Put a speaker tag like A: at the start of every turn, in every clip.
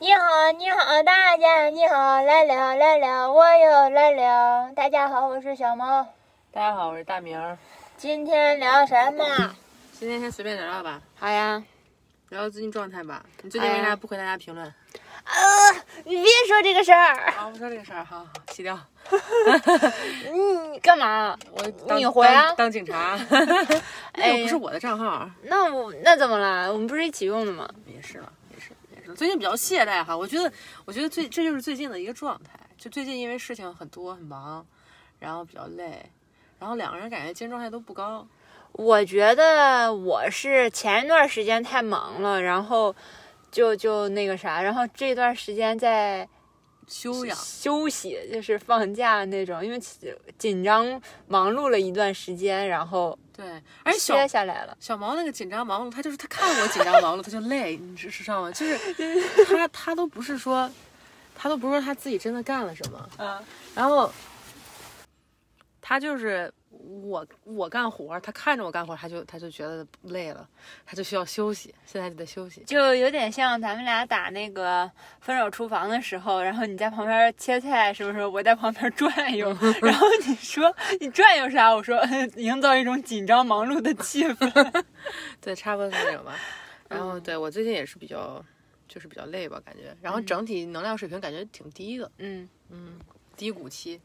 A: 好，你好，大家你好，来了来了，我又来了。大家好，我是小猫。
B: 大家好，我是大明儿。
A: 今天聊什么？
B: 今天先随便聊聊吧，
A: 好呀。
B: 聊聊最近状态吧。你最近为啥不回大家评论？
A: 呃，你别说这个事儿。
B: 啊，不说这个事儿，好，好洗 掉。
A: 嗯，你干嘛？
B: 我当
A: 你回啊
B: 当当警 察。那又不是我的账号，啊
A: 那我那怎么了？我们不是一起用的吗？
B: 也是了，也是，也是。最近比较懈怠哈，我觉得，我觉得最这就是最近的一个状态。就最近因为事情很多很忙，然后比较累，然后两个人感觉精神状态都不高。
A: 我觉得我是前一段时间太忙了，然后就就那个啥，然后这段时间在
B: 修养，
A: 休息，就是放假那种，因为紧紧张忙碌了一段时间，然后
B: 对，而且小
A: 歇下来了。
B: 小毛那个紧张忙碌，他就是他看我紧张 忙碌，他就累，你知知道吗？就是 他他都不是说，他都不是说他自己真的干了什么，
A: 嗯，
B: 然后他就是我我干活儿，他看着我干活儿，他就他就觉得累了，他就需要休息，现在就得休息。
A: 就有点像咱们俩打那个分手厨房的时候，然后你在旁边切菜，是不是？我在旁边转悠， 然后你说你转悠啥？我说嗯营造一种紧张忙碌的气氛。
B: 对，差不多是这 种吧。然后嗯对我最近也是比较，就是比较累吧，感觉，然后整体能量水平感觉挺低的，
A: 嗯，
B: 嗯，低谷期。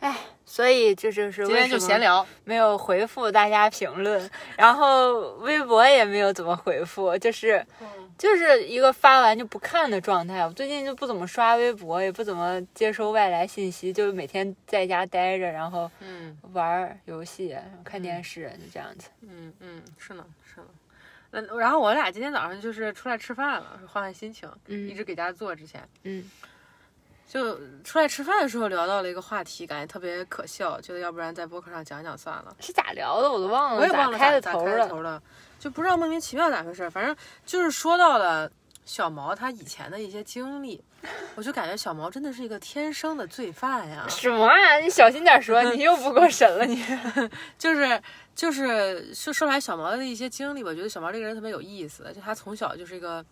A: 哎，所以这就是
B: 今天就闲，聊，
A: 没有回复大家评论，然后微博也没有怎么回复，就是就是一个发完就不看的状态。我最近就不怎么刷微博，也不怎么接收外来信息，就是每天在家待着，然后。
B: 嗯。
A: 玩儿游戏、看电视，就这样子。
B: 嗯嗯，是呢是呢。那然后我俩今天早上就是出来吃饭了，换换心情，
A: 嗯
B: 一直给大家做之前。
A: 嗯
B: 就出来吃饭的时候聊到了一个话题，感觉特别可笑，觉得要不然在播客上讲讲算了。
A: 是咋聊的我都忘了，
B: 我也忘了
A: 哦咋
B: 咋
A: 开的
B: 咋
A: 头
B: 开的头了，就不知道莫名其妙咋回事儿，反正就是说到了小毛他以前的一些经历，我就感觉小毛真的是一个天生的罪犯呀。
A: 什么呀、你小心点 说，你又不给我审了你。
B: 就是就是说说来小毛的一些经历，我觉得小毛这个人特别有意思，就他从小就是一个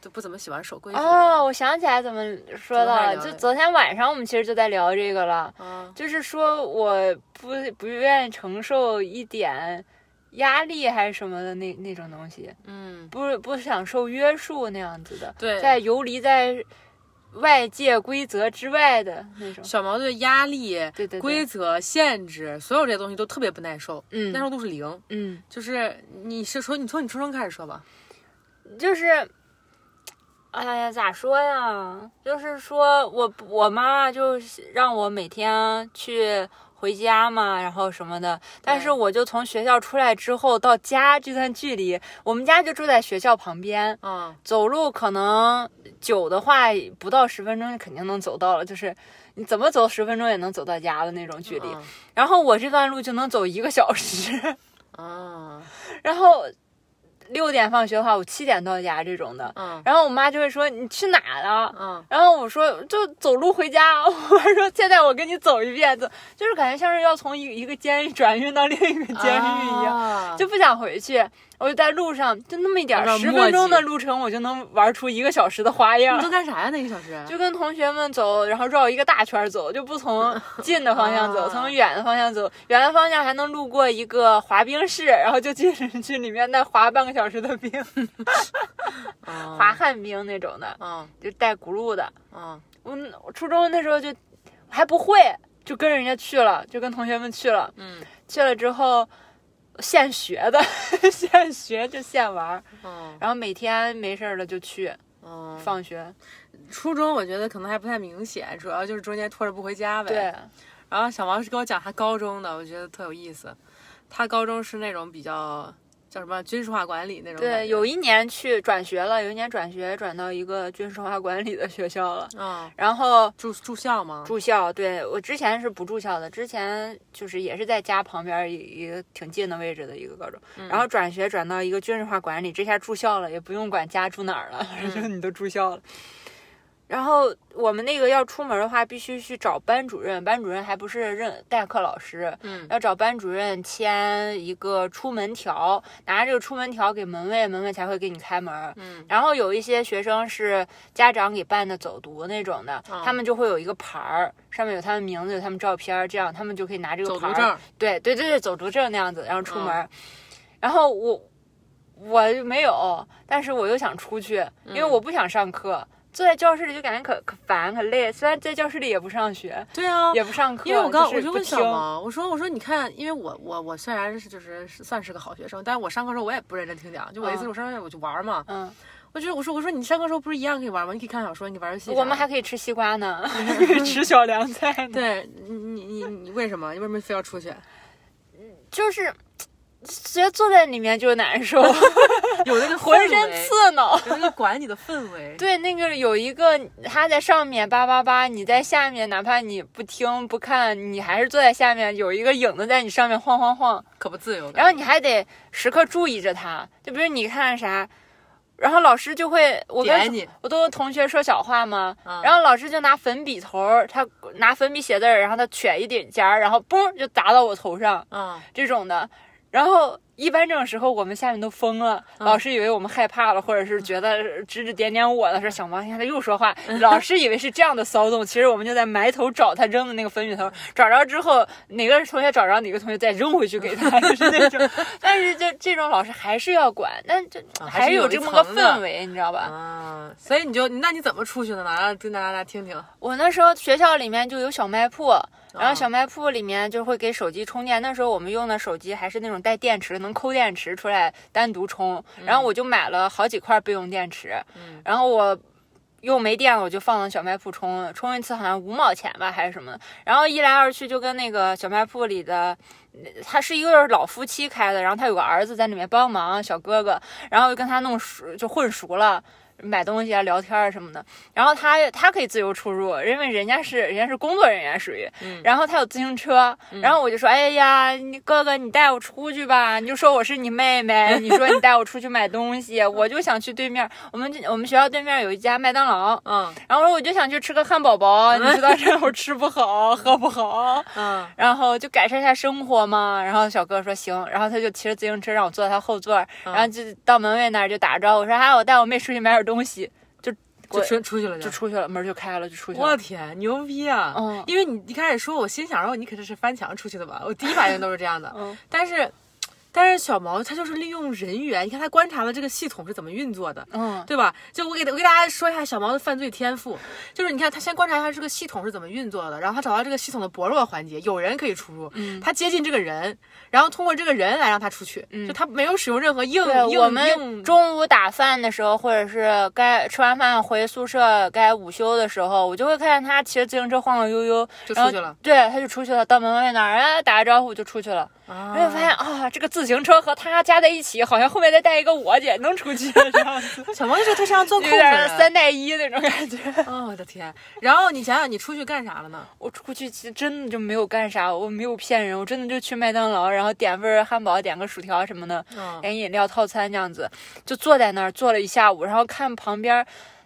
B: 就不怎么喜欢守规矩的人。
A: 哦，我想起来怎么说
B: 昨天还
A: 了，
B: 聊
A: 就
B: 的
A: 昨天晚上我们其实就在聊这个了，
B: 嗯
A: 就是说我不不愿意承受一点压力还是什么的那那种东西，
B: 嗯，
A: 不不想受约束那样子的，
B: 对，
A: 在游离在外界规则之外的那种。
B: 小毛对压力、
A: 对对对
B: 规，则、限制，所有这些东西都特别不耐受，
A: 嗯
B: 耐受度是零。
A: 嗯。
B: 就是你是说你从你出生开始说吧，
A: 就是，哎呀，咋说呀？就是说我我妈就是让我每天去回家嘛，然后什么的。但是我就从学校出来之后到家这段距离，我们家就住在学校旁边，
B: 嗯，
A: 走路可能久的话不到十分钟肯定能走到了，就是你怎么走十分钟也能走到家的那种距离。
B: 嗯
A: 然后我这段路就能走一个小时，
B: 嗯
A: 然后六点放学的话，我七点到家这种的。
B: 嗯
A: 然后我妈就会说你去哪了？
B: 嗯，
A: 然后我说就走路回家。 我妈说现在我跟你走一遍，走就是感觉像是要从一一个监狱转运到另一个
B: 嗯
A: 监狱一样，
B: 样
A: 就不想回去。我就在路上就那么一点
B: 有点
A: 十
B: 墨
A: 分钟
B: 迹
A: 的路程，我就能玩出一个小时的花
B: 你
A: 样
B: 都。干啥呀？那一小时？
A: 就跟同学们走，然后绕一个大圈儿走，就不 从近的方向走，
B: 啊
A: 从远的方向走。远的方向还能路过一个滑冰室，然后就进去 里面再滑半个小时的冰，
B: 嗯
A: 滑旱冰那种的，
B: 嗯
A: 就带轱辘的。
B: 嗯
A: 我我初中那时候就还不会，就跟人家去了，就跟同学们去了，
B: 嗯
A: 去了之后现学的， 现学就现玩儿，
B: 嗯
A: 然后每天没事儿了就去
B: 嗯，
A: 放学，
B: 初中我觉得可能还不太明显，主要就是中间拖着不回家呗。
A: 对，
B: 然后小王是跟我讲他高中的，我觉得特有意思。他高中是那种比较叫什么军事化管理那种感觉。
A: 对，有一年去转学了，有一年转学转到一个军事化管理的学校了，
B: 嗯
A: 然后
B: 住住校吗？
A: 住校，对我之前是不住校的，之前就是也是在家旁边一一个挺近的位置的一个高中，
B: 嗯
A: 然后转学转到一 个军事化管理，这下住校了，也不用管家住哪儿了，反正就你都住校了。然后我们那个要出门的话，必须去找班主任，班主任还不是任代课老师，
B: 嗯
A: 要找班主任签一个出门条，拿这个出门条给门卫，门卫才会给你开门。
B: 嗯
A: 然后有一些学生是家长给办的走读那种的，
B: 哦
A: 他们就会有一个牌儿，上面有他们名字，有他们照片儿，这样他们就可以拿这个
B: 走
A: 牌儿，
B: 读证，哦
A: 对对对对，走读证那样子，然后出门儿。然后我我就没有，但是我又想出去，因
B: 嗯
A: 为我不想上课，坐在教室里就感觉可可烦可累。虽然在教室里也不上学，
B: 对啊，
A: 也不上课，
B: 因为我刚我
A: 就
B: 就是问
A: 不
B: 小
A: 听
B: 毛，我说我说你看，因为我我我虽然是就是是算是个好学生，但是我上课时候我也不认真听讲，就我一次
A: 嗯
B: 我上课我就玩嘛，
A: 嗯，
B: 我就我说我说你上课时候不是一样可以玩吗？你可以看小说，你玩游戏啥的，
A: 我们还可以吃西瓜 呢，可以吃小凉菜呢。
B: 对你你你你为什么你为什么非要 出去？
A: 就是直接坐在里面就难 受，
B: 有那个
A: 浑
B: 氛
A: 身
B: 围
A: 刺挠。
B: 有那个管你的氛围，
A: 对，那个有一个他在上面叭叭叭，你在下面，哪怕你不听不看，你还是坐在下面，有一个影子在你上面晃晃晃，
B: 可不自由
A: 然
B: 感。
A: 后你还得时刻注意着他。就比如你看啥，然后老师就会我
B: 点
A: 跟
B: 你，
A: 我都跟同学说小话嘛，
B: 嗯
A: 然后老师就拿粉笔头儿，他拿粉笔写字儿，然后他卷一点尖儿，然后嘣就砸到我头上。
B: 嗯，
A: 这种的。然后一般这种时候，我们下面都疯了，
B: 嗯
A: 老师以为我们害怕了，或者是觉得指指点点我的时候，小毛你看他又说话，
B: 嗯
A: 老师以为是这样的骚动，其实我们就在埋头找他扔的那个粉笔头，找着之后哪个同学找着哪个同学再扔回去给他， 就是那种。但是就这种老师还是要管，但就
B: 啊还
A: 还
B: 是
A: 是
B: 有
A: 有
B: 一
A: 这么个
B: 层的
A: 氛围，你知道吧？
B: 啊，所以你就那你怎么出去的呢？让跟大家来听听。
A: 我那时候学校里面就有小卖铺，然后小卖铺里面就会给手机充电。那时候我们用的手机还是那种带电池，能抠电池出来单独充。然后我就买了好几块备用电池，
B: 嗯
A: 然后我又没电了，我就放到小卖铺充，充一次好像五毛钱吧还是什么的。然后一来二去就跟那个小卖铺里的。他是一个老夫妻开的，然后他有个儿子在里面帮忙，小哥哥，然后就跟他弄熟，就混熟了，买东西啊、聊天啊什么的。然后他他可以自由出入，因为人家是人家是工作人员属于，
B: 嗯
A: 然后他有自行车，然后我就说，哎呀，你哥哥你带我出去吧，你就说我是你妹 妹，你说你带我出去买东西，我就想去对面，我们我们学校对面有一家麦当劳，
B: 嗯
A: 然后我说我就想去吃个汉堡包，你知道这样我吃不好，喝不 好。
B: 嗯
A: 然后就改善一下生活嘛。然后小哥说行，然后他就骑着自行车让我坐在他后座，
B: 嗯
A: 然后就到门卫那儿就打招呼说：“哎，我带我妹出去买点东西。就”就
B: 就出出去了
A: 就出去了，门就开了，就出去
B: 我
A: 了。
B: 天，牛逼啊！
A: 嗯
B: 因为你一开始说，我心想说你肯定是翻墙出去的吧？我第一反应都是这样的。
A: 嗯
B: 但是，但是小毛他就是利用人员，你看他观察了这个系统是怎么运作的。
A: 嗯
B: 对吧？就我给我给大家说一下小毛的犯罪天赋，就是你看他先观察一下这个系统是怎么运作的，然后他找到这个系统的薄弱环节，有人可以出入，
A: 嗯
B: 他接近这个人，然后通过这个人来让他出去，
A: 嗯
B: 就他没有使用任何硬
A: 对，
B: 硬
A: 我们
B: 硬
A: 中午打饭的时候，或者是该吃完饭回宿舍、该午休的时候，我就会看见他骑着自行车晃晃悠悠，
B: 就
A: 然
B: 出
A: 后
B: 去了。
A: 对，他就出去了，到门卫那儿，哎，打个招呼就出去了。
B: 啊
A: 然后发现啊，这个自行车和他加在一起，好像后面再带一个我姐，能出去这样子。
B: 小毛就是推上钻空
A: 有
B: 子
A: 点
B: 人，
A: 三带一那种感觉。
B: 哦，我的天！然后你想想，你出去干啥了呢？
A: 我出去其实真的就没有干啥，我没有骗人，我真的就去麦当劳，然后点份汉堡，点个薯条什么的，
B: 嗯，
A: 点饮料套餐这样子，就坐在那儿坐了一下午，然后看旁边。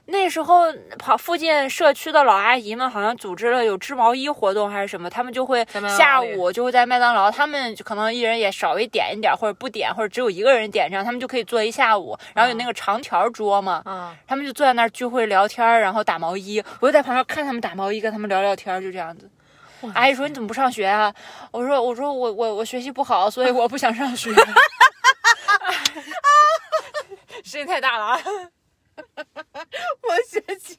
A: 那时候跑附近社区的老阿姨们好像组织了有织毛衣活动还是什么，他们就会
B: 在麦当劳
A: 下
B: 里
A: 午就会在麦当劳，他们就可能一人也稍微点一点，或者不点，或者只有一个人点这样，他们就可以坐一下午。然后
B: 嗯
A: 有那个长条桌嘛，
B: 啊，
A: 他们就坐在那儿聚会聊天儿，然后打毛衣，我就在旁边看他们打毛衣，跟他们聊聊天儿，就这样子
B: 哇。
A: 阿姨说：“你怎么不上学啊？”我说：“我说我我我学习不好，所以我不想上学。”声音太大了啊！
B: 我学习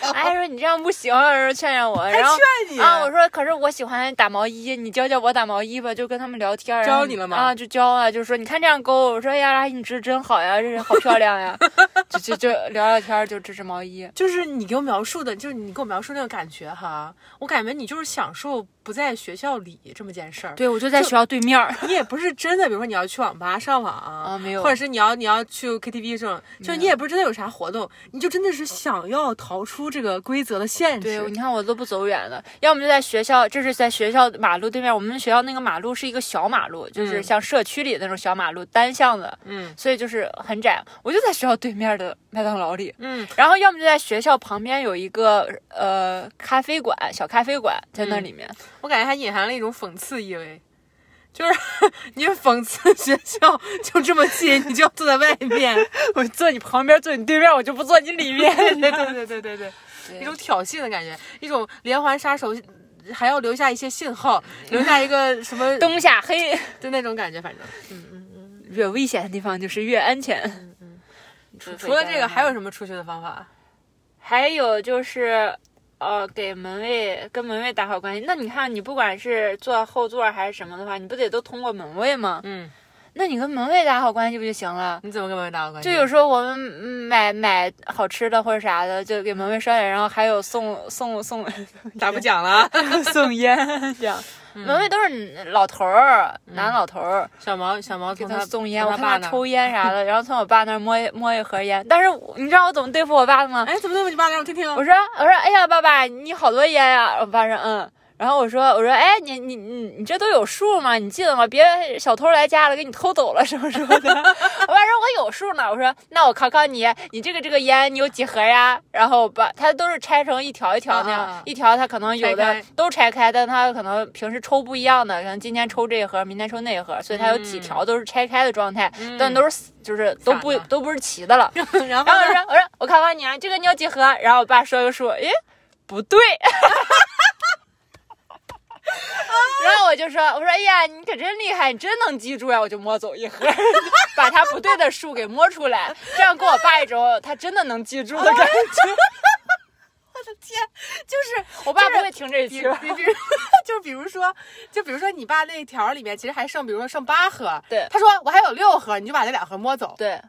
A: 阿姨说：“你这样不行。”然后劝劝我，然后
B: 劝 你
A: 啊，我说：“可是我喜欢打毛衣，你教教我打毛衣吧。”就跟他们聊天儿。然后
B: 教你了吗
A: 啊，就教啊，就说你看这样勾。我说：“哎呀，阿姨你织真好呀，这是好漂亮呀。”就就就聊聊天儿，就织织毛衣。
B: 就是你给我描述的，就是你给我描述那个感觉哈，我感觉你就是享受不在学校里这么件事儿。
A: 对，我就在学校对面儿。
B: 你也不是真的，比如说你要去网吧上网啊
A: 没有
B: 或者是你要你要去 KTV 这种，就你也不是真的有啥活动，你就真的是想要逃出这个规则的限制。
A: 对，你看我都不走远了，要么就在学校，这是在学校马路对面。我们学校那个马路是一个小马路，就是
B: 嗯
A: 像社区里那种小马路，单向的，
B: 嗯
A: 所以就是很窄。我就在学校对面的麦当劳里，
B: 嗯，
A: 然后要么就在学校旁边有一个呃咖啡馆，小咖啡馆在那
B: 嗯
A: 里面。
B: 我感觉还隐含了一种讽刺意味，就是 你讽刺学校就这么近，你就要坐在外面。
A: 我坐你旁边，坐你对面，我就不坐你里面。
B: 对对对对对对对，一种挑衅的感觉，一种连环杀手。还要留下一些信号，留下一个什 么
A: 冬夏黑，
B: 就那种感觉，反正。
A: 越危险的地方就是越安全。除
B: 除了这个，还有什么出去的方法？
A: 还有就是，呃，给门卫跟门卫打好关系。那你看，你不管是坐后座还是什么的话，你不得都通过门卫吗？
B: 嗯，
A: 那你跟门卫打好关系不就行了？
B: 你怎么跟门卫打好关系？
A: 就有时候我们嗯买买好吃的或者啥的，就给门卫捎点，然后还有送送送
B: 打不讲了。
A: 送烟这样。门卫都是老头儿，男老头儿，
B: 小毛，小毛
A: 给
B: 从
A: 他
B: 他
A: 送烟，
B: 从
A: 我
B: 他
A: 看
B: 爸
A: 他
B: 那儿
A: 抽烟啥的，然后从我爸那儿摸一摸一盒烟。但是我你知道我怎么对付我爸的吗？
B: 哎，怎么对付你爸？让我听听。
A: 我说我说哎呀，爸爸你好多烟呀、我爸说嗯。然后我说我说哎你你你你这都有数吗？你记得吗？别小偷来家了给你偷走了什么什么的。 我爸说我有数呢。我说那我考考你，你这个这个烟你有几盒呀？然后我爸他都是拆成一条一条那样，
B: 啊啊啊
A: 一条他可能有
B: 拆
A: 的
B: 开
A: 都拆开，但他可能平时抽不一样的，可能今天抽这一盒，明天抽那一盒，所以他有几
B: 嗯
A: 条都是拆开的状态，
B: 嗯
A: 但都是死就是都
B: 散
A: 不
B: 的
A: 都不是齐的了。
B: 然后
A: 然后我
B: 呢
A: 说，我说我考考你啊，这个你有几盒？然后我爸说又说，诶，不对。 然后我就说，我说哎呀，你可真厉害，你真能记住呀！我就摸走一盒， 把他不对的数给摸出来，这样给我爸一种他真的能记住的感觉。
B: 就是
A: 我爸不会听这一
B: 比
A: 期
B: 如
A: 吧，
B: 比比如 就比如说，就比如说你爸那一条里面其实还剩，比如说剩八盒，
A: 对
B: 他说我还有六盒，你就把那两盒摸走。
A: 对。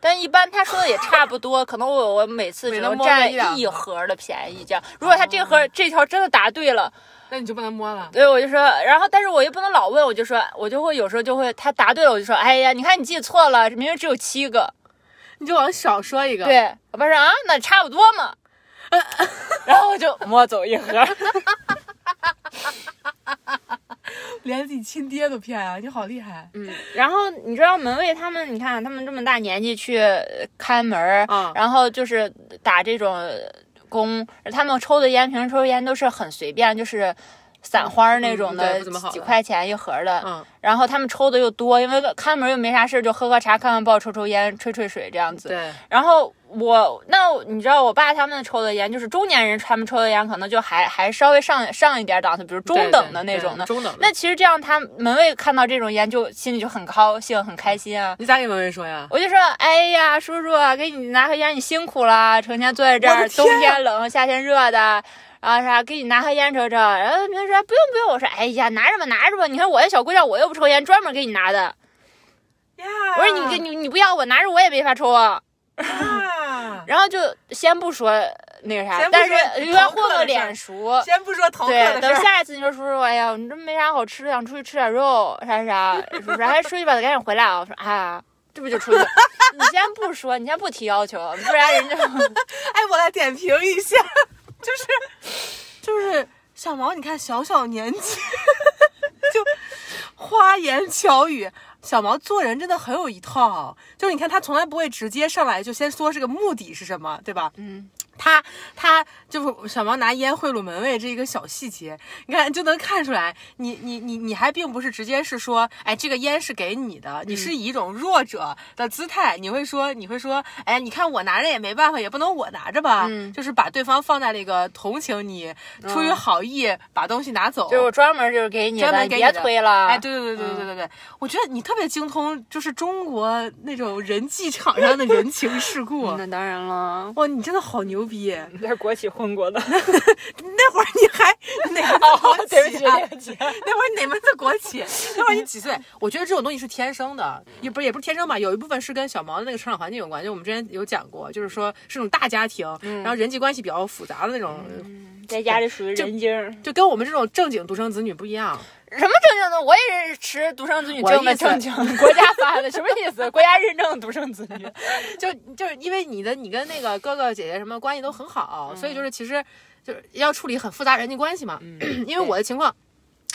A: 但一般他说的也差不多，可能我我每次只
B: 每能
A: 能
B: 摸个
A: 占
B: 一两哦
A: 一盒的便宜这样。如果他这盒这条真的答对了，
B: 那你就不能摸了。
A: 对，我就说，然后但是我又不能老问，我就说，我就会有时候就会他答对了，我就说，哎呀，你看你记错了，明明只有七个。
B: 你就往少说一个。，
A: 对，我爸说啊，那差不多嘛。然后我就摸走一盒，
B: 连自己亲爹都骗啊！你好厉害。
A: 嗯，然后你知道门卫他们，你看他们这么大年纪去呃看门儿，
B: 啊
A: 然后就是打这种呃工，他们抽的烟，平时抽的烟都是很随便，就是散花儿那种
B: 嗯对
A: 的，
B: 不怎么好
A: 几
B: 的
A: 块钱一盒儿的，
B: 嗯，
A: 然后他们抽的又多，因为看门又没啥事儿，就喝喝茶、看看报、抽抽烟、吹吹水这样子。
B: 对，
A: 然后我那你知道我爸他们抽的烟，就是中年人他们抽的烟，可能就还还稍微上上一点档次，比如中等的那种的。
B: 中等的。
A: 那其实这样，他门卫看到这种烟就心里就很高兴、很开心啊。
B: 你咋给文文说呀？
A: 我就说，哎呀，叔叔啊，给你拿盒烟，你辛苦了，成天坐在这
B: 我
A: 儿，
B: 的
A: 冬
B: 天啊
A: 天冷，夏天热的，然后啥，给你拿盒烟抽抽。然后别人说不用不用，我说哎呀，拿着吧拿着吧，你看我的小姑娘，我又不抽烟，专门给你拿的。
B: 呀，
A: 我说
B: 啊
A: 你给你你不要我拿着我也没法抽啊。
B: 呀
A: 然后就先不说那个啥
B: 先，不
A: 但
B: 说
A: 是应该
B: 逃
A: 混
B: 课
A: 个
B: 的事儿
A: 脸熟。
B: 先不说逃课
A: 对，
B: 的
A: 等
B: 事儿，
A: 下一次你说叔叔，哎呀，你这没啥好吃的，想出去吃点肉啥啥，叔叔还出去吧，赶紧回来啊！我说啊，这不就出去了？ 你先不说，你先不提要求，不然人家
B: 哎，我来点评一下，就是就是小毛，你看小小年纪就花言巧语。小毛做人真的很有一套，就是你看他从来不会直接上来就先说这个目的是什么，对吧？
A: 嗯，
B: 他他就是小毛拿烟贿赂门卫这一个小细节，你看就能看出来，你你你你还并不是直接是说，哎，这个烟是给你的，你
A: 嗯
B: 是以一种弱者的姿态，你会说你会说，哎，你看我拿着也没办法，也不能我拿着吧，
A: 嗯
B: 就是把对方放在那个同情你，出于好意把东西拿 走，
A: 就是啊嗯我专门就是给你
B: 专
A: 的，
B: 门
A: 你
B: 给你
A: 别
B: 的
A: 推了。。
B: 哎，对对对对对对对，我觉得你特别精通，就是中国那种人际场上的人情世故
A: 那当然了，
B: 哇，你真的好牛逼！
A: 你在国企混过的。
B: 那会儿你还哪个
A: 哦
B: 国企、啊？
A: 对不起对不起
B: 那会儿哪门子国企？那会儿你几岁？我觉得这种东西是天生的，也不是也不是天生吧，有一部分是跟小毛的那个成长环境有关。就我们之前有讲过，就是说是那种大家庭，然后人际关系比较复杂的那种
A: 在家里属于人精儿。
B: 就跟我们这种正经独生子女不一样。
A: 什么正经的？我也是持独生子女
B: 我
A: 证
B: 意
A: 的
B: 思
A: 正经，国家发的什么意思？国家认证独生子女，
B: 就就是因为你的你跟那个哥哥姐姐什么关系都很好，所以
A: 嗯
B: 就是其实就是要处理很复杂人际关系嘛。因为我的情况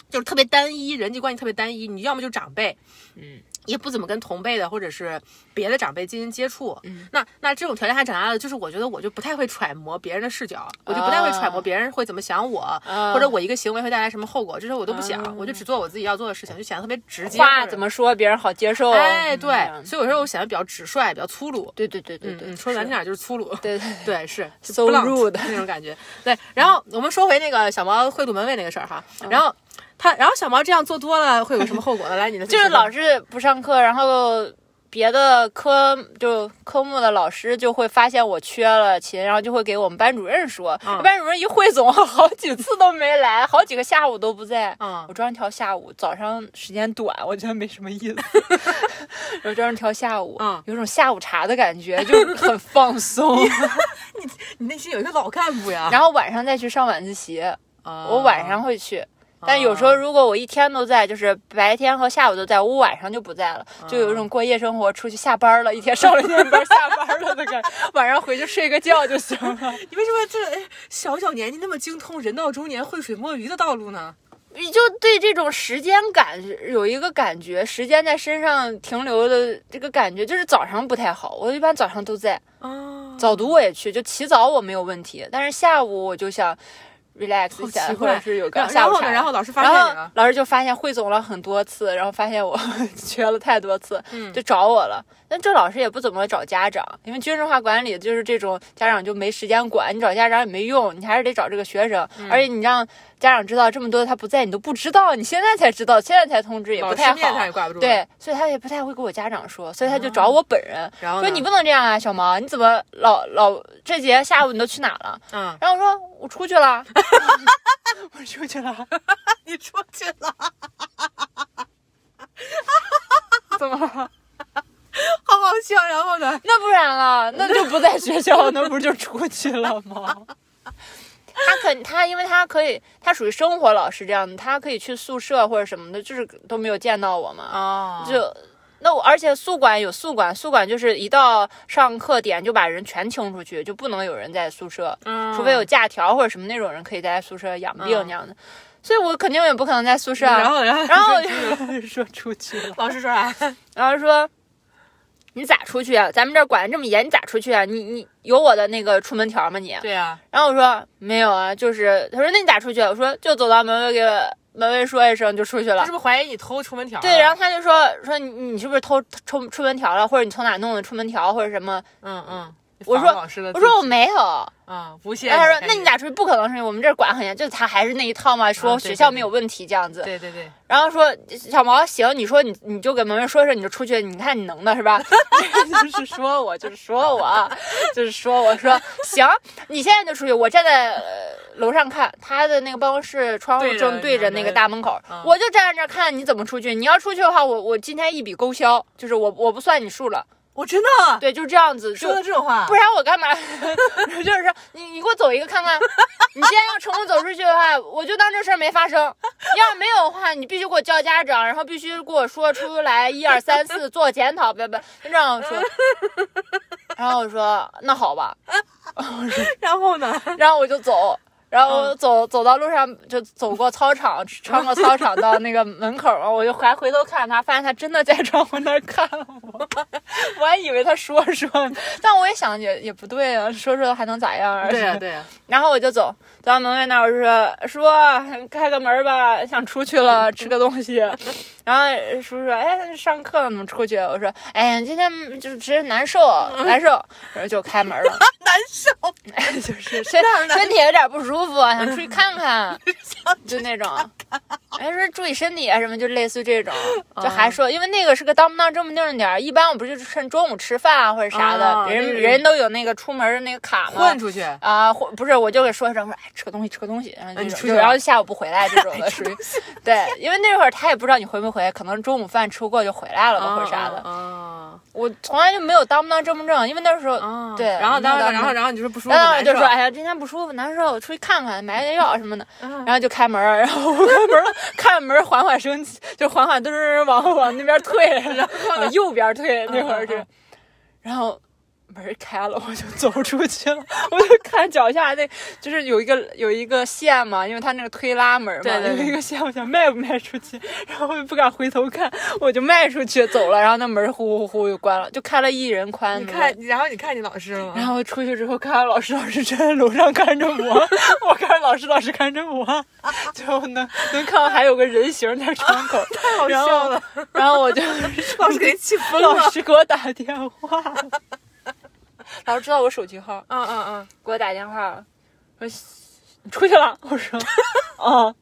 B: 就是特别单一，人际关系特别单一，你要么就长辈，
A: 嗯，
B: 也不怎么跟同辈的或者是别的长辈进行接触。
A: 嗯
B: 那那这种条件下长大的，就是我觉得我就不太会揣摩别人的视角，我就不太会
A: 哦
B: 揣摩别人会怎么想我，
A: 啊
B: 或者我一个行为会带来什么后果，这些我都不想，
A: 啊
B: 我就只做我自己要做的事情，就显得特别直接。或
A: 话
B: 者
A: 怎么说别人好接受？
B: 哎，对
A: 嗯，
B: 所以有时候我显得比较直率，比较粗鲁。
A: 对对对对
B: 嗯
A: 对，
B: 嗯，说难
A: 是，
B: 听点儿就是粗鲁。
A: 对对对
B: 对，是
A: So
B: 不浪
A: rude
B: 的那种感觉。对，然后我们说回那个小毛会堵门卫那个事儿哈，
A: 嗯
B: 然后他，然后小毛这样做多了会有什么后果呢？来， 你的
A: 就是老是不上课，然后别的科就科目的老师就会发现我缺了琴，然后就会给我们班主任说，
B: 嗯
A: 班主任一汇总， 好几次都没来，好几个下午都不在。
B: 啊
A: 我，专门挑下午，早上时间短，我觉得没什么意思。我专门挑下午，
B: 嗯
A: 有种下午茶的感觉，就很放松。
B: 你内心有一个老干部呀。哦
A: 然后晚上再去上晚自习，
B: 后
A: 我晚上会去。但有时候如果我一天都在，就是白天和下午都在，我晚上就不在了，就有一种过夜生活，出去下班了，一天上了一天班，下班了的感觉，晚上回去睡个觉就行了。
B: 你为什么这哎小小年纪那么精通人到中年浑水摸鱼的道路呢？
A: 你就对这种时间感有一个感觉，时间在身上停留的这个感觉，就是早上不太好。我一般早上都在，
B: 啊，
A: 早读我也去，就起早我没有问题，但是下午我就想 relax 一
B: 好
A: 下，
B: 奇
A: 或
B: 怪
A: 者是有个
B: 然
A: 下
B: 然
A: 午
B: 后
A: 茶
B: 呢？。然后老师发
A: 然
B: 现你
A: 后
B: 了，
A: 老师就发现汇总了很多次，然后发现我 缺了太多次，
B: 嗯
A: 就找我了。但这老师也不怎么找家长，因为军事化管理就是这种家长就没时间管，你找家长也没用，你还是得找这个学生。
B: 嗯
A: 而且你让家长知道这么多他不在，你都不知道，你现在才知道，现在才通知也不
B: 老师
A: 太
B: 面
A: 好
B: 他。也挂不住。，
A: 对，所以他也不太会跟我家长说，所以他就找我本人，
B: 然后
A: 说
B: 呢
A: 你不能这样啊，小毛，你怎么老老这节下午你都去哪了？
B: 嗯，
A: 然后我说我出去了， 我出去了。
B: 你出去了，
A: 怎么了？
B: 好好笑。 然后呢？
A: 那不然了， 那就不在学校，那不就出去了吗？ 他可他，因为他可以，他属于生活老师这样的，他可以去宿舍或者什么的，就是都没有见到我嘛。
B: 啊就
A: 就那我，而且宿管有宿管，宿管就是一到上课点就把人全清出去，就不能有人在宿舍，
B: 嗯
A: 除非有假条或者什么那种人可以在宿舍养病
B: 嗯
A: 那样的。所以我肯定也不可能在宿舍啊。
B: 然后然后
A: 然 后说出去了。
B: 老师说啥？
A: 然后说：“你咋出去啊？咱们这儿管得这么严，你咋出去啊？你你有我的那个出门条吗你？”
B: 对呀，
A: 然后我说：“没有啊，就是。”他说：“那你咋出去啊？”我说：“就走到门卫给门卫说一声就出去
B: 他
A: 了哦
B: 是。不是怀疑你偷出门条”了？
A: 对，然后他就说：“说你你是不是偷出出门条了，或者你从哪弄的出门条或者什么
B: 嗯嗯，
A: 我
B: 防
A: 说
B: 老师的？”
A: 我
B: 自
A: 说：“我
B: 己
A: 没有。”
B: 啊，不屑。
A: 然后他说：“
B: 感
A: 那
B: 觉
A: 你？咋出去？不可能是我们这儿管很严，就他还是那一套嘛，说
B: 嗯对
A: 学校
B: 对
A: 没有问题这样子。
B: 对对对，
A: 然后说小毛行，你说你你就给门卫说说，你就出去，你看你能的是吧？就是说我，就是说我，啊就是说 我说行，你现在就出去，我站在、呃楼上看他的那个办公室窗户
B: 对着
A: 正对着
B: 你
A: 那
B: 们
A: 个大门口，
B: 嗯
A: 我就站在那儿看你怎么出去。你要出去的话，我我今天一笔勾销，就是我我不算你数了。
B: 我真的
A: 对，就这样子，就
B: 说的这种话，
A: 啊不然我干嘛？ 就是说你你给我走一个看看，你现在要成功走出去的话，我就当这事儿没发生；要是没有的话，你必须给我叫家长，然后必须给我说出来一二三四做检讨，不不，就这样说。 然后我说那好吧，
B: 然后呢？
A: 然后我就走，然后我走、走到路上就走过操场， 穿过操场到那个门口嘛，我就还回头看他，发现他真的在窗户那儿看我，我还以为他说说呢，但我也想也也不对啊，说说还能咋样啊？
B: 对
A: 是
B: 呀
A: 吧
B: 对呀，
A: 然后我就走，走到门卫那儿，我就说叔开个门吧，想出去了，吃个东西。 然后叔叔说，哎，上课了怎么出去？我说，哎呀，今天就是直接难受，难受，然后就开门了。
B: 难受。
A: 啊
B: 嗯
A: 就是身身体有点不舒服，想出去看看，就那种。还说注意身体啊什么，就类似于这种，就
B: 嗯
A: 还说，因为那个是个当不当正不正点儿，一般我不就是趁中午吃饭啊或者啥的
B: 啊，
A: 人
B: 对对对
A: 人都有那个出门的那个卡嘛
B: 混。出去，
A: 啊，或不是，我就给说成说，哎，吃个东西，吃个东西，然后
B: 嗯
A: 就
B: 出
A: 这
B: 去
A: 种，
B: 了
A: 然后下午不回来这 种的，属于，对，因为那会儿他也不知道你回没回来，可能中午饭吃过就回来了吧，或者啥的。
B: 啊
A: 我从来就没有当不当正不正，因为那时候，
B: 啊！
A: 对，
B: 然后
A: 没有
B: 当
A: 当
B: 时然
A: 正
B: 后然后你就说不舒服，
A: 然后
B: 难
A: 就说：“
B: 受
A: 哎呀，今天不舒服，难受，出去看看，买点药什么的。”
B: 嗯
A: 然后就开门儿，然后我开门儿，开门缓缓升起，就缓缓噔儿往往那边退，然后往右边退，那会儿
B: 嗯
A: 是
B: 嗯，
A: 然后门儿开了，我就走出去了，我就看脚下那，就是有一个有一个线嘛，因为它那个推拉门嘛，
B: 对对对
A: 有一个线，我想迈不迈出去，然后我也不敢回头看，我就迈出去走了，然后那门儿呼呼呼就关了，就开了一人宽的
B: 你
A: 门，
B: 看，然嗯后你看你老师了吗？
A: 然后出去之后，看到老师，老师站在楼上看着我， 我看着老师，老师看着我， 最后能能看到还有个人形在窗口，太
B: 好笑了。
A: 然后我就
B: 老师给你气疯
A: 老
B: 了。
A: 师给我打电话， 老师知道我手机号，
B: 嗯嗯嗯，
A: 给我打电话，说你出去了，我说啊，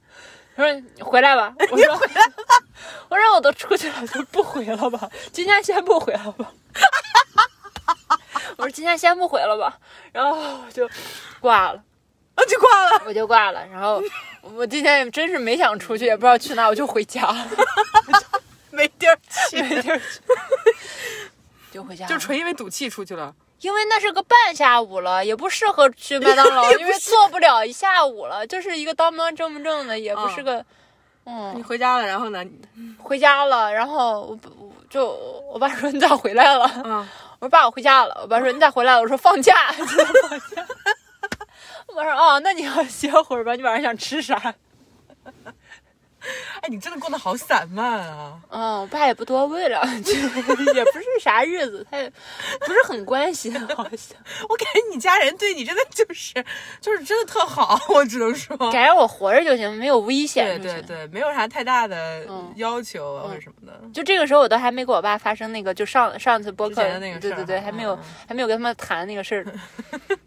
A: 他说你回来吧，我说我说我都出去了，就不回了吧，今天先不回了吧。我说今天先不回了吧，然后我就挂了，
B: 啊就挂了。
A: 我就挂了。然后我今天也真是没想出去，也不知道去哪，我就回家了，
B: 没地儿
A: 没
B: 去，
A: 地儿去， 就回家了。
B: 就纯因为赌气出去了。
A: 因为那是个半下午了， 也不适合去麦当劳，因为做不了一下午了，就是一个当不当正不正的，也不是个，
B: 你
A: 嗯，
B: 回家了，然后呢？
A: 回家了，然后我我就我爸说你咋回来了？
B: 嗯，
A: 我说爸，我回家了。我爸说你咋回来了？我说放 假，今天放假。我说哦，那你要歇会儿吧，你晚上想吃啥？
B: 哎，你真的过得好散漫啊！
A: 嗯，我爸也不多问了， 就也不是啥日子，他也不是很关心，好 像。
B: 我感觉你家人对你真的就是，就是真的特好，我只能说。
A: 感觉我活着就行，没有危
B: 对
A: 险就行。
B: 对对，没有啥太大的
A: 嗯
B: 要求啊或者什么的。
A: 就这个时候，我都还没跟我爸发生那个，就上上次播
B: 之
A: 客
B: 前的那个
A: 对
B: 事儿
A: 对对，
B: 哈
A: 还没有、
B: 嗯
A: 还没有跟他们谈那个事 儿。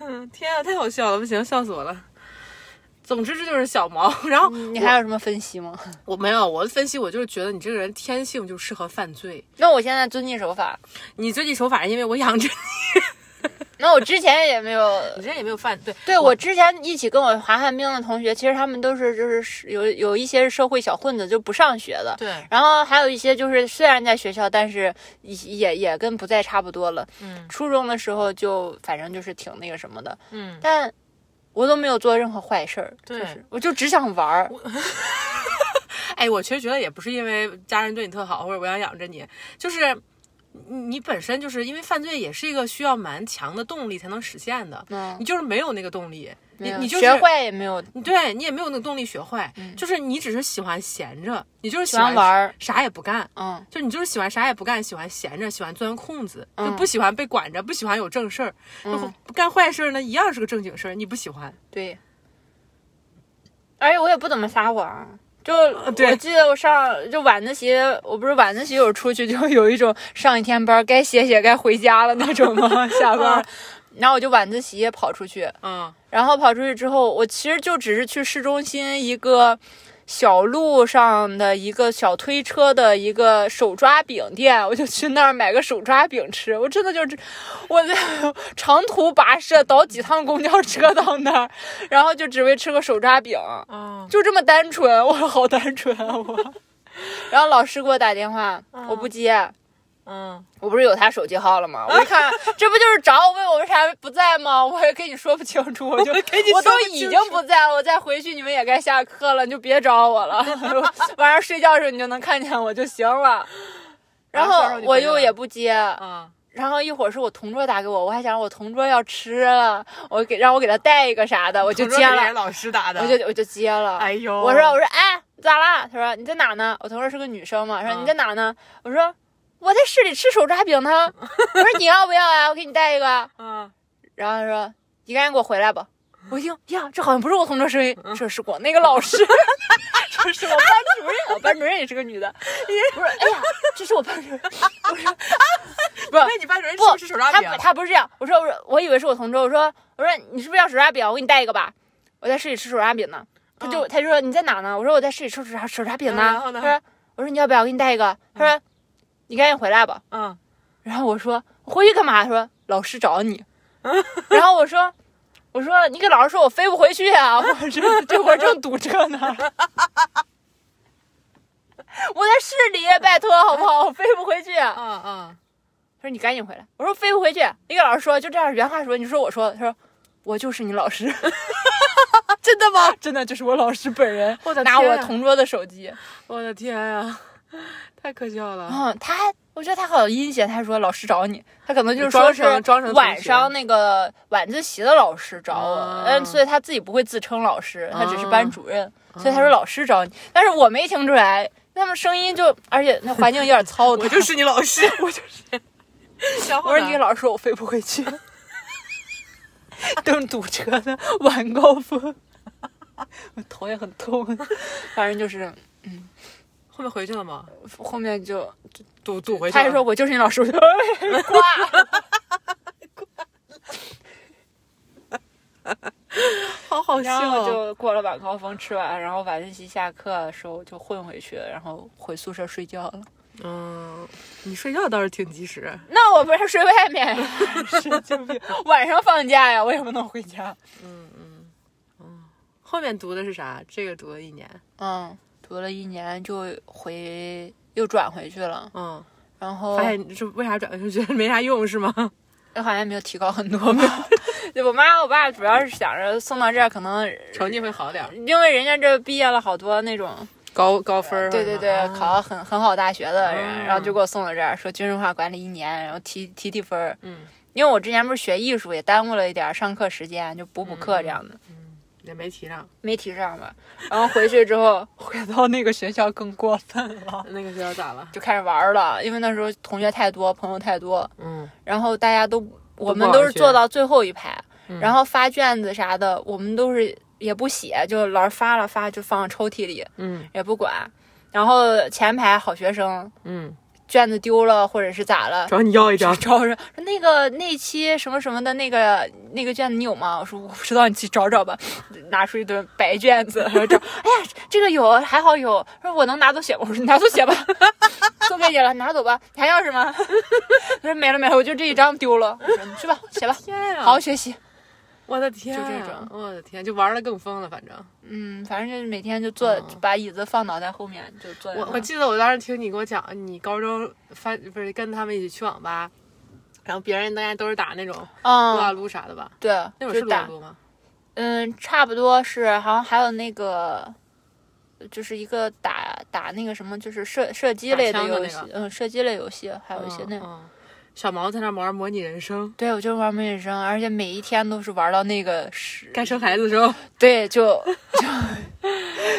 B: 嗯，天啊，太好笑了，不行，笑死我了。总之这就是小毛，然后
A: 你还有什么分析吗？
B: 我没有我的分析，我就是觉得你这个人天性就适合犯罪。
A: 那我现在遵纪守法，
B: 你最近手法是因为我养着你，
A: 那我之前也没有。
B: 你这也没有犯对，
A: 对我之前一起跟我滑旱冰的同学，其实他们都是就是有有一些是社会小混子，就不上学的。
B: 对，
A: 然后还有一些就是虽然在学校，但是也也也跟不在差不多了。
B: 嗯
A: 初中的时候就反正就是挺那个什么的，
B: 嗯，
A: 但我都没有做任何坏事儿，
B: 对
A: 就是我就只想玩儿。
B: 哎，我其实觉得也不是因为家人对你特好，或者我想养着你，就是你你本身就是因为犯罪也是一个需要蛮强的动力才能实现的，
A: 嗯
B: 你，就是没有那个动力，
A: 没
B: 你
A: 有
B: 你就是
A: 学坏也没有，
B: 你对你也没有那个动力学坏，就是你只是喜欢闲着，你就是
A: 喜
B: 喜
A: 欢
B: 欢
A: 玩，儿，
B: 啥也不干。
A: 嗯，
B: 就你就是喜欢啥也不干，喜欢闲着，喜欢钻空子，就
A: 嗯
B: 不喜欢被管着，不喜欢有正事儿，
A: 嗯
B: 就干坏事儿呢一样是个正经事儿，你不喜欢。
A: 对。而且我也不怎么撒谎，就
B: 对
A: 我记得我上就晚自习，我不是晚自习有时候出去就有一种上一天班该歇歇该回家了那种 吗？下班儿，然后我就晚自习跑出去，
B: 嗯，
A: 然后跑出去之后，我其实就只是去市中心一个小路上的一个小推车的一个手抓饼店，我就去那儿买个手抓饼吃。我真的就是我在长途跋涉倒几趟公交车到那儿，然后就只为吃个手抓饼，
B: 哦，
A: 就这么单纯。我好单纯啊我。然后老师给我打电话，我不接。
B: 嗯，
A: 我不是有他手机号了 吗？我一看，这不就是找我问我为啥不在吗？ 我也跟你说不清 楚，我就
B: 跟你
A: 我都
B: 说不
A: 已
B: 清
A: 经
B: 楚
A: 不在了，我再回去你们也该下课了，你就别找我 了。晚上睡觉的时候你就能看见我就行 了。然
B: 然后
A: 后我又也不接，
B: 啊，
A: 然后一会儿是我同桌打给我，我还想我同桌要吃了，我给让我给他带一个啥的，我就接了，
B: 老师打的，
A: 我就我就接了。
B: 哎呦，
A: 我说我说哎咋啦？他说你在哪呢？我同事是个女生嘛，说
B: 嗯
A: 你在哪呢？我说我在市里吃手抓饼 呢。我说你要不要啊？我给你带一个啊。
B: 嗯，
A: 然后他说你赶紧给我回来吧。我一听呀，这好像不是我同桌声音，这是我那个老 师，这是我班主任，我班主任也是个女 的。我说哎呀，这是我班主任。我说不
B: 那你班啊主任
A: 不
B: 是不是手抓
A: 他
B: 饼
A: 不？他不是这样，我说我说我以为是我同桌，我说我说你是不是要手抓饼？我给你带一个吧。我在市里吃手抓饼呢。他就他就说你在哪呢？我说我在市里吃手抓手抓饼
B: 嗯然
A: 呢
B: 后。呢
A: 他说我说你要不要我给你带一个？他说你赶紧回来吧。
B: 嗯，
A: 然后我说回去干嘛？他说老师找你。 然后我说我说你给老师说我飞不回去啊，我这这会儿正堵车呢。 我在市里，拜托好不好？我飞不回去。啊他
B: 嗯嗯，
A: 说你赶紧回来。我说飞不回去。你给老师说，就这样原话说，你说我说的。他说我就是你老师，
B: 真的吗？
A: 真的就是我老师本人
B: 我的
A: 拿
B: 天
A: 我
B: 啊
A: 同桌的手机。
B: 我的天呀， 太可笑了。
A: 嗯，他还我觉得他好阴险，他还说老师找你，他可能就是说
B: 装
A: 是
B: 成装成同
A: 晚
B: 学
A: 上那个晚自习的老师找我，
B: 啊
A: 嗯，所以他自己不会自称老师，他只是班
B: 啊
A: 主任，所以他说老师找你，但是我没听出来，他们声音就，而且那环境有点 糙，
B: 我就是你老师， 我就是。然后
A: 我说
B: 呢
A: 你给老师说我飞不回去，正堵车呢，晚高峰，我头也很痛，反正就是
B: 后面回去了吗？
A: 后面就
B: 堵堵回去
A: 他
B: 了。
A: 还说我就是你老师，我就挂。
B: 好好 笑
A: 然后
B: 哦，
A: 就过了晚高峰，吃完，然后晚自习下课的时候就混回去，然后回宿舍睡觉了。
B: 嗯，你睡觉倒是挺及时。
A: 那我不是睡外面 呀，神经病！ 晚上放假呀，我也不能回家。
B: 后面读的是啥？这个读了一年。
A: 嗯，读了一年就回又转回去了，
B: 嗯，
A: 然后
B: 发现这为啥转就觉得没啥用是吗？
A: 好像没有提高很多 吧。我妈我爸主要是想着送到这儿可能。
B: 成绩会好点儿，
A: 因为人家这毕业了好多那种，
B: 高高分儿。
A: 对对对，
B: 啊
A: 考到很很好大学的人，
B: 嗯
A: 然后就给我送到这儿，说军事化管理一年，然后提提提分儿，
B: 嗯，
A: 因为我之前不是学艺术，也耽误了一点儿上课时间，就补补课这样的，
B: 也没提上。
A: 没提上吧。然后回去之后， 回到那个学校更过分了，
B: 那个学校咋了？
A: 就开始玩儿了，因为那时候同学太多，朋友太多，
B: 嗯，
A: 然后大家都我
B: 不
A: 们
B: 好
A: 都是
B: 学
A: 坐到最后一排，
B: 嗯
A: 然后发卷子啥的，我们都是也不写，就老师发了发就放抽屉里，
B: 嗯
A: 也不管。然后前排好学生
B: 嗯，
A: 卷子丢了或者是咋了，
B: 找你要一张。
A: 找我说说那个那期什么什么的那个那个卷子你有吗？我说我不知道，你去找找吧。拿出一堆白卷子，然后找，哎呀，这个有，还好有。说我能拿走写吗？我说你拿走写吧， 送给你了，拿走吧。你还要什么？ 他说没了没了，我就这一张丢了。我说你去吧，写吧，
B: 天啊呀！
A: 好好，学习。
B: 我的天
A: 就
B: 呀，
A: 这种
B: 我的天，就玩的更疯了，反正。
A: 嗯，反正就是每天就坐，就把椅子放脑袋后面就坐在
B: 嗯我
A: 那
B: 我记得我当时听你给我讲，你高中翻不是跟他们一起去网吧，然后别人大家都是打那种撸啊
A: 嗯，
B: 撸啥的吧？
A: 对，
B: 那会儿
A: 就是
B: 撸啊
A: 打，
B: 撸吗？
A: 嗯，差不多是，好像还有那个，就是一个打打那个什么，就是射射击
B: 打
A: 类的
B: 枪的
A: 游
B: 那
A: 戏，
B: 个
A: 嗯，射击类游戏，还有一
B: 嗯
A: 些那种。
B: 嗯小毛在那玩模拟人生，
A: 对，我就玩模拟人生，而且每一天都是玩到那个十，
B: 该生孩子的时候，
A: 对，就就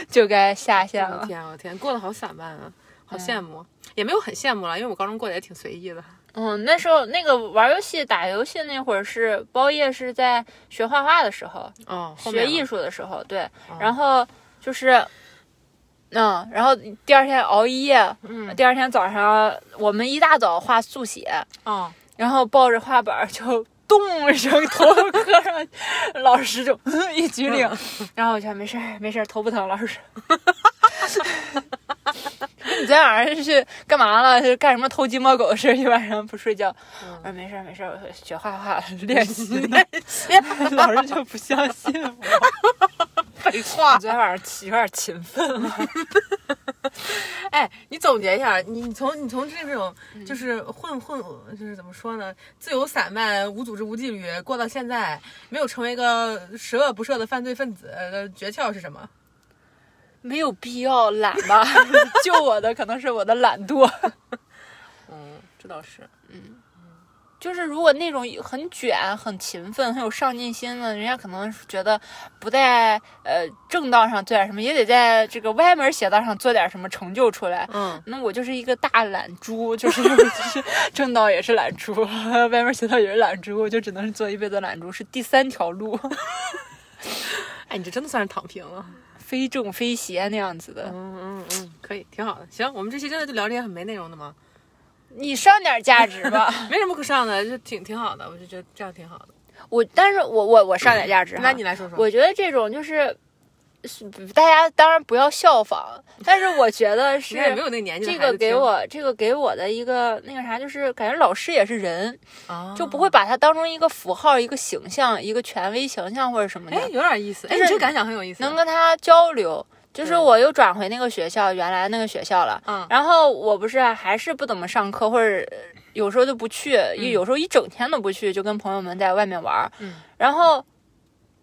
A: 就该下线
B: 我
A: 了。
B: 天我天，过得好散漫啊，好羡慕，也没有很羡慕了，因为我高中过得也挺随意的。
A: 嗯，那时候那个玩游戏、打游戏那会儿是包夜是在学画画的时候，
B: 哦，后
A: 学
B: 面
A: 艺
B: 了
A: 术的时候，对，
B: 哦
A: 然后就是，嗯，然后第二天熬一夜，
B: 嗯
A: 第二天早上我们一大早画速写，
B: 哦，
A: 然后抱着画板儿就咚一声头磕上， 老师就 嗯一激灵，然后我就没事儿没事儿，头不疼，老师 说。你昨天晚上是干嘛了？是干什么偷鸡摸狗的事儿？一晚上不睡觉。
B: 嗯
A: 我说没事儿没事儿，我学画画练 习 呢。老师就不相信我。
B: 废话
A: 我，昨天晚上起有点勤奋了。
B: 哎，你总结一下，你你从你从这种
A: 嗯
B: 就是混混，就是怎么说呢，自由散漫、无组织无纪律，过到现在，没有成为一个十恶不赦的犯罪分子，呃诀窍是什么？
A: 没有必要懒吧？ 救我的可能是我的懒惰。
B: 嗯，这倒是。
A: 就是如果那种很卷、很勤奋、很有上进心的，人家可能是觉得不在呃正道上做点什么，也得在这个歪门邪道上做点什么成就出来。
B: 嗯，
A: 那我就是一个大懒猪，就是 就是正道也是懒猪， 歪门邪道也是懒猪，我就只能是做一辈子懒猪，是第三条路，
B: 哎，你这真的算是躺平了。
A: 非正非邪那样子的。
B: 嗯嗯嗯，可以，挺好的。行，我们这期真的就聊这些很没内容的吗？
A: 你上点价值吧，
B: 没什么可上的，就挺挺好的，我就觉得这样挺好的。
A: 我但是我我我上点价值哈。
B: 嗯那你来说说。
A: 我觉得这种就是，是大家当然不要效仿，但是我觉得是
B: 应 该也没有那年纪的
A: 这
B: 孩
A: 个
B: 子
A: 给
B: 听
A: 我这个给我的一个那个啥，就是感觉老师也是人，
B: 啊
A: 就不会把他当成一个符号、一个形象、一个权威形象或者什么
B: 哎，
A: 的，
B: 有点意思。哎，
A: 就是
B: 你这感想很有意思。
A: 能跟他交流。就是
B: 对
A: 我又转回那个学校，原来那个学校了。
B: 嗯
A: 然后我不是还是不怎么上课，或者有时候就不去，有时候一整天都不去，就跟朋友们在外面玩儿。
B: 嗯
A: 然后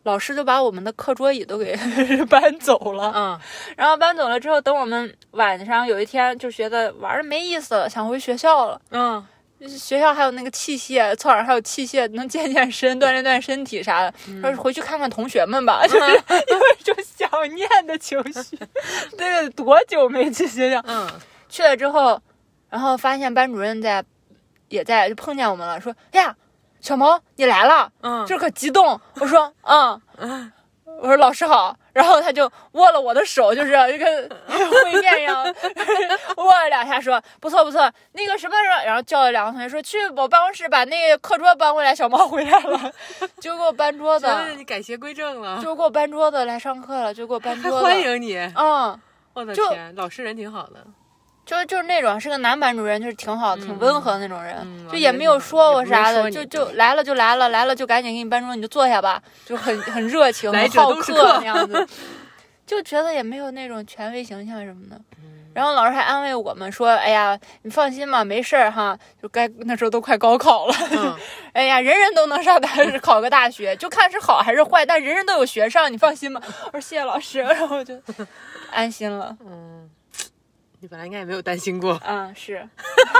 A: 老师就把我们的课桌椅都给 搬走了。
B: 嗯
A: 然后搬走了之后，等我们晚上有一天就觉得玩的没意思了，想回学校了。
B: 嗯，
A: 就是学校还有那个器械，操场还有器械，能健健身、锻炼锻炼身体啥的。说是回去看看同学们吧， 就是有一种想念的情绪。 对，多久没去学校？
B: 嗯
A: 去了之后，然后发现班主任在，也在，就碰见我们了，说：“哎呀，小毛你来了。”
B: 嗯，
A: 这可激动。我说，嗯，我说老师好。然后他就握了我的手，就是就跟会面一样， 握了两下，说不错不错，那个什么什么，然后叫了两个同学说去我办公室把那个课桌搬回来，小猫回来 了，就给我搬桌子
B: 觉，得哎你改邪归正 了，
A: 就给我搬桌子来上课了，就给我搬
B: 还
A: 桌
B: 欢
A: 子，
B: 迎你。
A: 嗯。
B: 我的
A: 就
B: 天，老师人挺好的，
A: 就就是那种是个男班主任，就是挺好的，挺温和的那种人，
B: 嗯
A: 就也没有说我啥的，
B: 也
A: 就
B: 不会说你
A: 就来了就来了，来了就赶紧给你搬桌，你就坐下吧，就很很热情，
B: 来
A: 很
B: 者
A: 好
B: 都是客
A: 客那样子，就觉得也没有那种权威形象什么的。
B: 嗯
A: 然后老师还安慰我们说：“哎呀，你放心吧，没事儿哈，就该那时候都快高考了，
B: 嗯，
A: 哎呀，人人都能上大学，考个大学，就看是好还是坏，但人人都有学上，你放心吧。”我说：“谢谢老师。”然后我就安心了。
B: 嗯，你本来应该也没有担心过。
A: 嗯，是，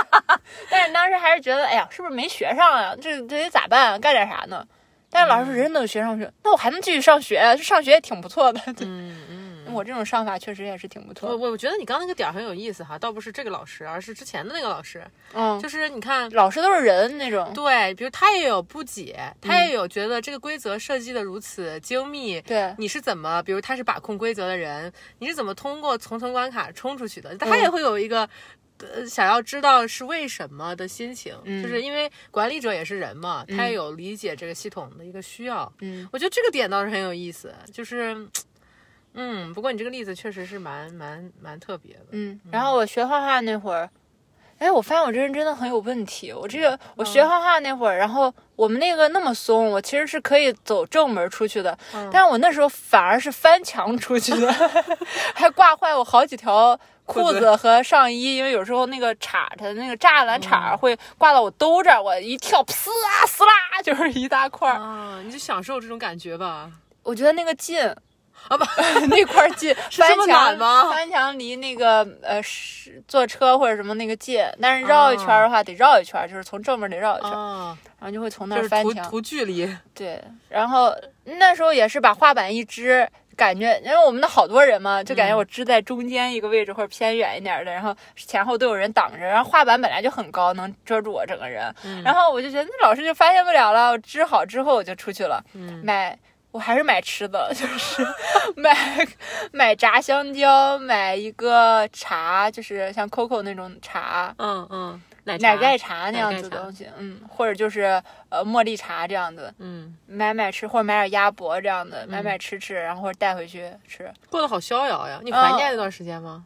A: 但是当时还是觉得，哎呀，是不是没学上呀、这这得咋办、啊？干点啥呢？但是老师说人人都有学上去，那我还能继续上学，啊这上学也挺不错的。对
B: 嗯嗯，
A: 我这种上法确实也是挺不
B: 我
A: 错的。
B: 我我觉得你刚刚那个点儿很有意思哈，倒不是这个老师，而是之前的那个老师，
A: 嗯，
B: 就是你看。
A: 老师都是人那种，
B: 对，比如他也有不解，他
A: 嗯
B: 也有觉得这个规则设计的如此精密，
A: 对，
B: 你是怎么，比如他是把控规则的人，你是怎么通过重层关卡冲出去的？他
A: 嗯
B: 也会有一个。呃，想要知道是为什么的心情，
A: 嗯
B: 就是因为管理者也是人嘛，他也有理解这个系统的一个需要。
A: 嗯，
B: 我觉得这个点倒是很有意思，就是，嗯，不过你这个例子确实是蛮蛮蛮特别的。
A: 嗯，然后我学画画那会儿，哎，我发现我这人真的很有问题。我这个我学画画那会儿，然后我们那个那么松，我其实是可以走正门出去的，
B: 嗯
A: 但是我那时候反而是翻墙出去的，还挂坏我好几条。裤
B: 子
A: 子和上衣，因为有时候那个叉，它的那个栅栏叉会挂到我兜这儿，我一跳，呲啦呲啦，就是一大块儿。
B: 啊，你就享受这种感觉吧。
A: 我觉得那个近啊不， 那块儿 近，翻
B: 这么
A: 墙
B: 难吗
A: 翻墙离那个呃是坐车或者什么那个近，但是绕一圈儿的话、得绕一圈儿，就是从正面得绕一圈儿，
B: 啊，
A: 然后就会从那
B: 就
A: 儿
B: 是
A: 翻
B: 图
A: 墙。
B: 图距离，
A: 对，然后那时候也是把画板一支。感觉，因为我们的好多人嘛，就
B: 嗯
A: 感觉我支在中间一个位置或者偏远一点儿的，然后前后都有人挡着，然后画板本来就很高，能遮住我整个人，
B: 嗯
A: 然后我就觉得那老师就发现不了了，我支好之后我就出去了，
B: 嗯
A: 买我还是买吃的，就是 买买炸香蕉，买一个茶，就是像 COCO 那种茶，
B: 嗯嗯，奶
A: 奶盖
B: 盖，
A: 茶那
B: 奶
A: 样
B: 盖
A: 子
B: 茶
A: 的东西，嗯，或者就是呃茉莉茶这样子，
B: 嗯，
A: 买买吃，或者买点鸭脖这样的，买买吃吃，然后或者带回去吃，
B: 过得好逍遥呀。你
A: 哦
B: 怀念那段时间吗？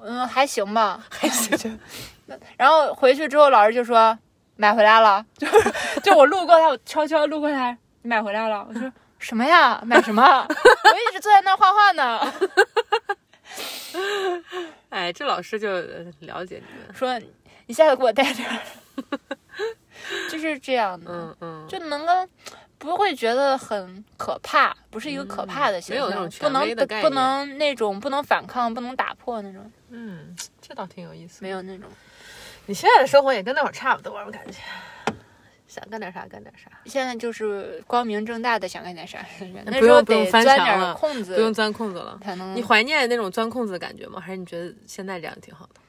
A: 嗯，还行吧。
B: 还行。
A: 然后回去之后，老师就说买回来了， 就是就我路过他，我悄悄路过他，你买回来了，我说什么呀，买什么？ 我一直坐在那儿画画呢。
B: 哎，这老师就呃了解你们。
A: 说你下次给我带点儿， 就是这样的，
B: 嗯嗯，
A: 就能够不会觉得很可怕，不是一个可怕的形
B: 嗯没有那
A: 象，
B: 种
A: 不
B: 权
A: 能
B: 威的概
A: 不
B: 念
A: 能那种不能反抗，不能打破那种，
B: 嗯，这倒挺有意思。
A: 没有那种。
B: 你现在的生活也跟那会儿差不多，我感觉。想干点啥干点啥，
A: 现在就是光明正大的想干点啥， 那
B: 不
A: 时候
B: 用不用
A: 得
B: 翻
A: 钻
B: 墙
A: 点儿
B: 了
A: 空
B: 不用
A: 子
B: 钻空子了。
A: 才能
B: 你，怀念那种钻空子的感觉吗？还是你觉得现在这样挺好的？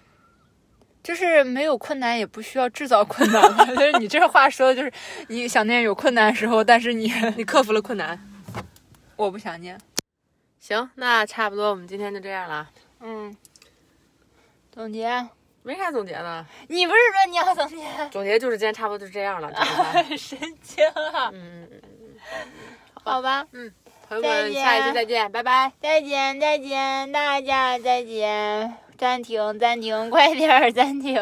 A: 就是没有困难也不需要制造困难嘛。 就是你这话说的就是你想念有困难的时候，但是你
B: 你克服了困难。
A: 我不想念。
B: 行，那差不多，我们今天就这样了，
A: 嗯，总结，啊
B: 没啥总结了。
A: 你不是说你要总结？
B: 总结就是今天 差不多就这样了，怎么办
A: 神经啊！
B: 嗯，
A: 好吧，
B: 嗯，朋友们，
A: 再见
B: 下一期再见，拜拜。
A: 再见，再见，大家再见，暂停，暂停，快点儿暂停。